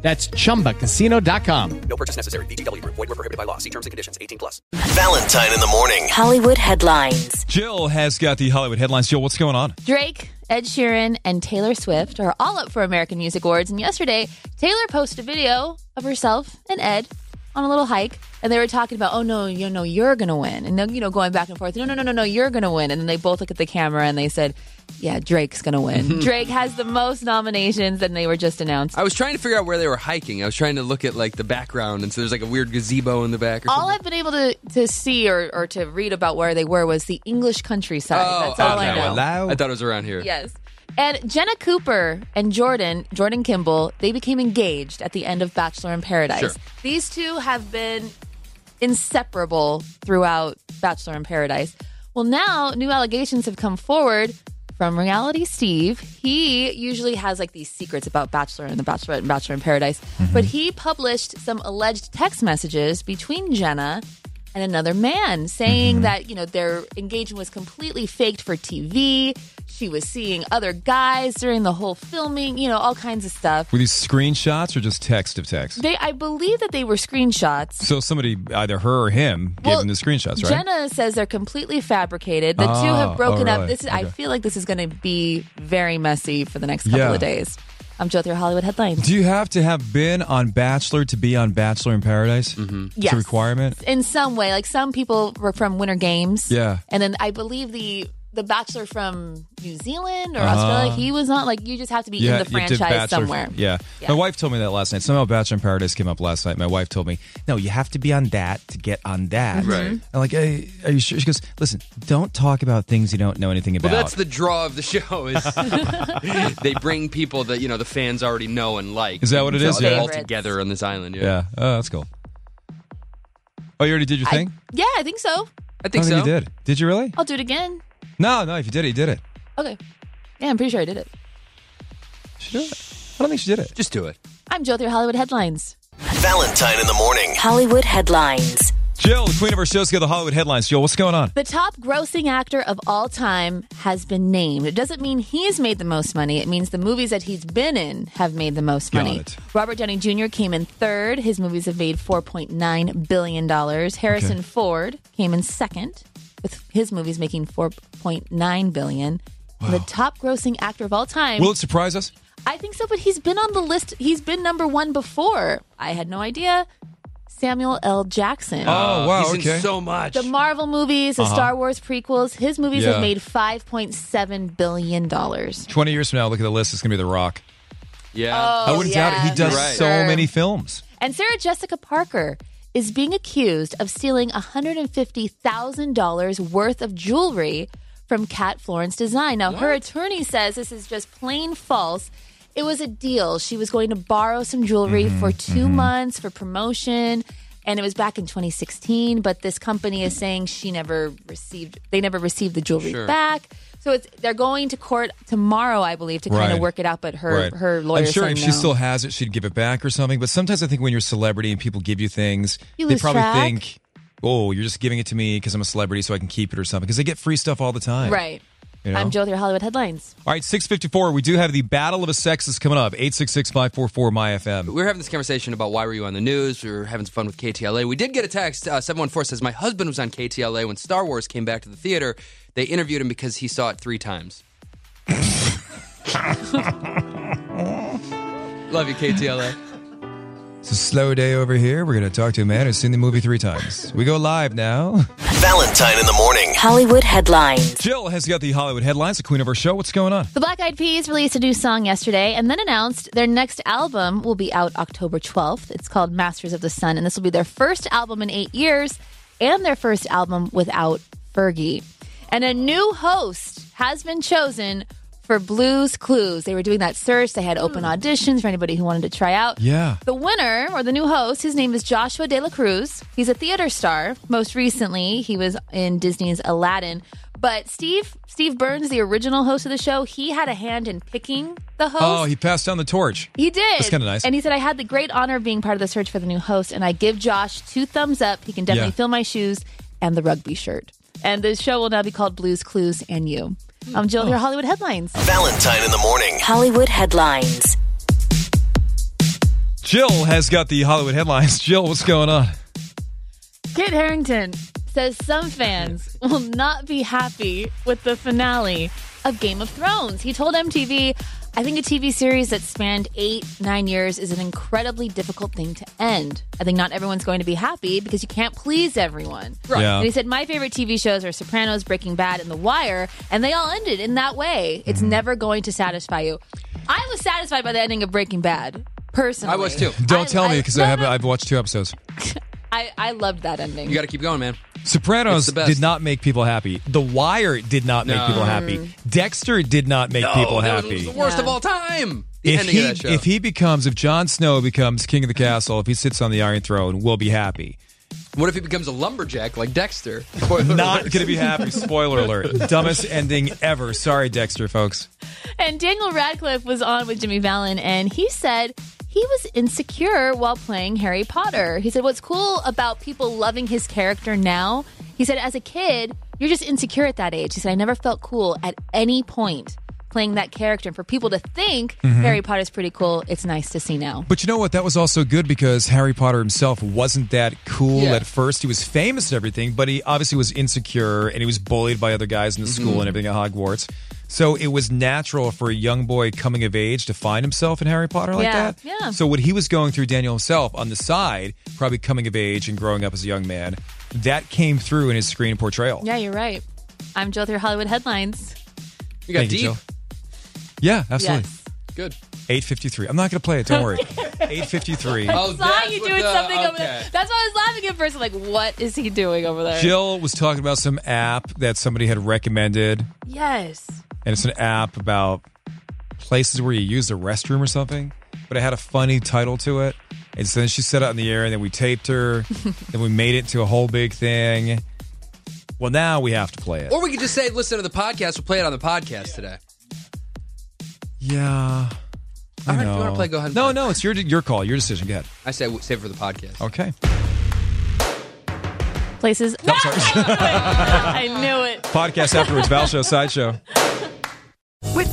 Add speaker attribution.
Speaker 1: That's chumbacasino.com.
Speaker 2: No purchase necessary. BGW. Void were prohibited by law. See terms and conditions. 18 plus.
Speaker 3: Valentine in the morning.
Speaker 4: Hollywood headlines.
Speaker 5: Jill has got the Hollywood headlines. Jill, what's going on?
Speaker 6: Drake, Ed Sheeran, and Taylor Swift are all up for American Music Awards. And yesterday, Taylor posted a video of herself and Ed on a little hike, and they were talking about, "Oh no, you know you're gonna win," and then you know going back and forth, "No, no, no, no, no, you're gonna win." And then they both look at the camera and they said, "Yeah, Drake's gonna win. Drake has the most nominations," and they were just announced.
Speaker 7: I was trying to figure out where they were hiking. I was trying to look at like the background, and so there's like a weird gazebo in the back. Or
Speaker 6: all
Speaker 7: something.
Speaker 6: I've been able to, to see or, or to read about where they were was the English countryside. That's all I
Speaker 7: Oh, okay.
Speaker 6: know.
Speaker 7: I thought it was around here.
Speaker 6: Yes. And Jenna Cooper and Jordan, Jordan Kimball, they became engaged at the end of Bachelor in Paradise.
Speaker 7: Sure.
Speaker 6: These two have been inseparable throughout Bachelor in Paradise. Well, now new allegations have come forward from Reality Steve. He usually has like these secrets about Bachelor and the Bachelorette and Bachelor in Paradise, but he published some alleged text messages between Jenna and another man saying that, you know, their engagement was completely faked for TV. She was seeing other guys during the whole filming, you know, all kinds of stuff.
Speaker 5: Were these screenshots or just text of text?
Speaker 6: They I believe that they were screenshots.
Speaker 5: So somebody, either her or him, gave
Speaker 6: Well,
Speaker 5: them the screenshots, right?
Speaker 6: Jenna says they're completely fabricated. The two
Speaker 5: Oh,
Speaker 6: have broken
Speaker 5: oh,
Speaker 6: up.
Speaker 5: really?
Speaker 6: This is, I
Speaker 5: Okay.
Speaker 6: feel like this is going to be very messy for the next couple
Speaker 5: Yeah.
Speaker 6: of days. I'm Joe with your Hollywood headlines.
Speaker 5: Do you have to have been on Bachelor to be on Bachelor in Paradise? Mm-hmm. It's
Speaker 6: Yes.
Speaker 5: a requirement.
Speaker 6: In some way, like some people were from Winter Games.
Speaker 5: Yeah.
Speaker 6: and then I believe the the Bachelor from New Zealand or Australia, he was not like you just have to be in the
Speaker 5: Uh-huh. you did
Speaker 6: franchise
Speaker 5: Bachelor-
Speaker 6: somewhere.
Speaker 5: Yeah.
Speaker 6: Yeah.
Speaker 5: My wife told me that last night. Somehow Bachelor in Paradise came up last night. My wife told me, no, you have to be on that to get on that.
Speaker 6: Mm-hmm.
Speaker 7: Right.
Speaker 5: I'm like, hey, are you sure? She goes, listen, don't talk about things you don't know anything about.
Speaker 7: Well, that's the draw of the show. Is they bring people that you know the fans already know and like.
Speaker 5: Is that what it
Speaker 7: So
Speaker 5: is?
Speaker 7: they're
Speaker 5: Yeah.
Speaker 7: all together on this island. Yeah,
Speaker 5: yeah. Oh, that's cool. Oh, you already did your thing?
Speaker 6: Yeah, I think so.
Speaker 7: I think
Speaker 5: I
Speaker 7: so.
Speaker 5: don't you did. Did you really?
Speaker 6: I'll do it again.
Speaker 5: No, no. If you did it, you did it.
Speaker 6: Okay. Yeah, I'm pretty sure I did it.
Speaker 5: She did it. I don't think she did it.
Speaker 7: Just do it.
Speaker 6: I'm Joe with your Hollywood headlines.
Speaker 3: Valentine in the morning.
Speaker 4: Hollywood headlines.
Speaker 5: Jill, the queen of our shows, got the Hollywood headlines. Jill, what's going on?
Speaker 6: The top grossing actor of all time has been named. It doesn't mean he's made the most money. It means the movies that he's been in have made the most
Speaker 5: Got
Speaker 6: money.
Speaker 5: it.
Speaker 6: Robert Downey Jr. came in third. His movies have made $4.9 billion. Harrison
Speaker 5: Okay.
Speaker 6: Ford came in second with his movies making $4.9 billion. The top grossing actor of all time.
Speaker 5: Will it surprise us?
Speaker 6: I think so, but he's been on the list. He's been number one before. I had no idea. Samuel L. Jackson.
Speaker 5: Oh, wow.
Speaker 7: He's
Speaker 5: okay.
Speaker 7: in so much.
Speaker 6: The Marvel movies, the Star Wars prequels, his movies
Speaker 5: Yeah.
Speaker 6: have made $5.7 billion.
Speaker 5: 20 years from now, look at the list. It's going to be The Rock.
Speaker 6: Oh,
Speaker 7: yeah.
Speaker 5: I wouldn't doubt it. He
Speaker 6: yeah,
Speaker 5: does
Speaker 7: You're right.
Speaker 5: so
Speaker 6: sure.
Speaker 5: many films.
Speaker 6: And Sarah Jessica Parker is being accused of stealing $150,000 worth of jewelry from Kat Florence Design. Now, her attorney says this is just plain false. It was a deal. She was going to borrow some jewelry
Speaker 5: Mm-hmm,
Speaker 6: for 2 months for promotion. And it was back in 2016, but this company is saying she never received, they never received the jewelry
Speaker 7: Sure.
Speaker 6: back. So it's they're going to court tomorrow, I believe, to kind
Speaker 5: Right.
Speaker 6: of work it out. But her
Speaker 5: right.
Speaker 6: her lawyer,
Speaker 5: I'm sure
Speaker 6: said
Speaker 5: if she
Speaker 6: no.
Speaker 5: still has it, she'd give it back or something. But sometimes I think when you're a celebrity and people give you things,
Speaker 6: You
Speaker 5: they
Speaker 6: lose
Speaker 5: probably
Speaker 6: track.
Speaker 5: think, oh, you're just giving it to me because I'm a celebrity so I can keep it or something. Because they get free stuff all the time.
Speaker 6: right.
Speaker 5: You know?
Speaker 6: I'm Jill with your Hollywood headlines.
Speaker 5: All right, 654. We do have the Battle of the Sexes coming up. 866 544 MyFM.
Speaker 7: we were having this conversation about why were you on the news? We were having some fun with KTLA. We did get a text. Uh, 714 says, My husband was on KTLA when Star Wars came back to the theater. They interviewed him because he saw it three times. Love you, KTLA.
Speaker 5: It's a slow day over here. We're going to talk to a man who's seen the movie three times. We go live now.
Speaker 3: Valentine in the morning.
Speaker 4: Hollywood headlines.
Speaker 5: Jill has got the Hollywood headlines, the queen of our show. What's going on?
Speaker 6: The Black Eyed Peas released a new song yesterday and then announced their next album will be out October 12th. It's called Masters of the Sun, and this will be their first album in eight years and their first album without Fergie. And a new host has been chosen for Blues Clues. They were doing that search. They had open auditions for anybody who wanted to try out.
Speaker 5: Hmm. Yeah.
Speaker 6: The winner or the new host, his name is Joshua De La Cruz. He's a theater star. Most recently, he was in Disney's Aladdin. But Steve Steve Burns, the original host of the show, he had a hand in picking the host.
Speaker 5: Oh, he passed down the torch.
Speaker 6: He did.
Speaker 5: That's kinda nice.
Speaker 6: And he said, I had the great honor of being part of the search for the new host, and I give Josh two thumbs up. He can definitely
Speaker 5: Yeah.
Speaker 6: fill my shoes and the rugby shirt. And the show will now be called Blues Clues and You. I'm Jill, with
Speaker 5: Oh.
Speaker 6: your Hollywood headlines.
Speaker 3: Valentine in the morning.
Speaker 4: Hollywood headlines.
Speaker 5: Jill has got the Hollywood headlines. Jill, what's going on?
Speaker 6: Kit Harrington says some fans will not be happy with the finale of Game of Thrones. He told MTV, I think a TV series that spanned eight, nine years is an incredibly difficult thing to end. I think not everyone's going to be happy because you can't please everyone.
Speaker 5: Right. Yeah.
Speaker 6: And he said, My favorite TV shows are Sopranos, Breaking Bad, and The Wire, and they all ended in that way. It's never going to satisfy you. I was satisfied by the ending of Breaking Bad, personally.
Speaker 7: I was too.
Speaker 5: Don't
Speaker 6: I-
Speaker 5: tell me
Speaker 6: I-
Speaker 5: because
Speaker 6: no,
Speaker 5: I have
Speaker 6: no.
Speaker 5: I've watched two episodes.
Speaker 6: I, I loved that ending.
Speaker 7: You got to keep going, man. It's
Speaker 5: Sopranos
Speaker 7: the best.
Speaker 5: did not make people happy. The Wire did not make
Speaker 7: No.
Speaker 5: people happy. Dexter did not make people
Speaker 7: that was-
Speaker 5: happy.
Speaker 7: It was the worst
Speaker 6: Yeah.
Speaker 7: of all time. The
Speaker 5: if
Speaker 7: ending
Speaker 5: he
Speaker 7: of that show.
Speaker 5: if he becomes if Jon Snow becomes king of the castle, if he sits on the Iron Throne, we'll be happy.
Speaker 7: what if he becomes a lumberjack like Dexter? Spoiler
Speaker 5: Not
Speaker 7: alert.
Speaker 5: gonna be happy. Spoiler alert. Dumbest ending ever. Sorry, Dexter, folks.
Speaker 6: And Daniel Radcliffe was on with Jimmy Fallon, and he said he was insecure while playing Harry Potter. He said, What's cool about people loving his character now? He said, As a kid, you're just insecure at that age. He said, I never felt cool at any point playing that character. And for people to think
Speaker 5: Mm-hmm.
Speaker 6: Harry Potter's pretty cool, it's nice to see now.
Speaker 5: But you know what? That was also good because Harry Potter himself wasn't that cool
Speaker 7: Yeah.
Speaker 5: at first. He was famous and everything, but he obviously was insecure and he was bullied by other guys in the
Speaker 6: Mm-hmm.
Speaker 5: school and everything at Hogwarts. So it was natural for a young boy coming of age to find himself in Harry Potter like
Speaker 6: Yeah,
Speaker 5: that.
Speaker 6: yeah.
Speaker 5: So what he was going through, Daniel himself, on the side, probably coming of age and growing up as a young man, that came through in his screen portrayal.
Speaker 6: Yeah, you're right. I'm Jill with your Hollywood headlines.
Speaker 7: you got
Speaker 5: Thank you,
Speaker 7: deep.
Speaker 5: Jill. Yeah, absolutely.
Speaker 6: Yes.
Speaker 7: Good.
Speaker 5: 853. I'm not going to play it. Don't worry. 853.
Speaker 7: Oh,
Speaker 6: Saw
Speaker 7: that's
Speaker 6: you
Speaker 7: what
Speaker 6: doing
Speaker 7: the-
Speaker 6: something over
Speaker 7: okay.
Speaker 6: there. That's why I was laughing at first. I'm like, what is he doing over there?
Speaker 5: Jill was talking about some app that somebody had recommended,
Speaker 6: yes.
Speaker 5: and it's an app about places where you use the restroom or something. But it had a funny title to it, and so then she said it on the air, and then we taped her, and we made it to a whole big thing. Well, now we have to play it.
Speaker 7: Or we could just say, listen to the podcast. We'll play it on the podcast today.
Speaker 5: yeah.
Speaker 7: All right, if you
Speaker 5: no.
Speaker 7: want to play, go ahead. and
Speaker 5: No,
Speaker 7: play.
Speaker 5: no, it's your your call, your decision. Go ahead.
Speaker 7: I say we- save it for the podcast.
Speaker 5: Okay.
Speaker 6: places. I knew it.
Speaker 5: Podcast afterwards. Val show, sideshow.
Speaker 8: With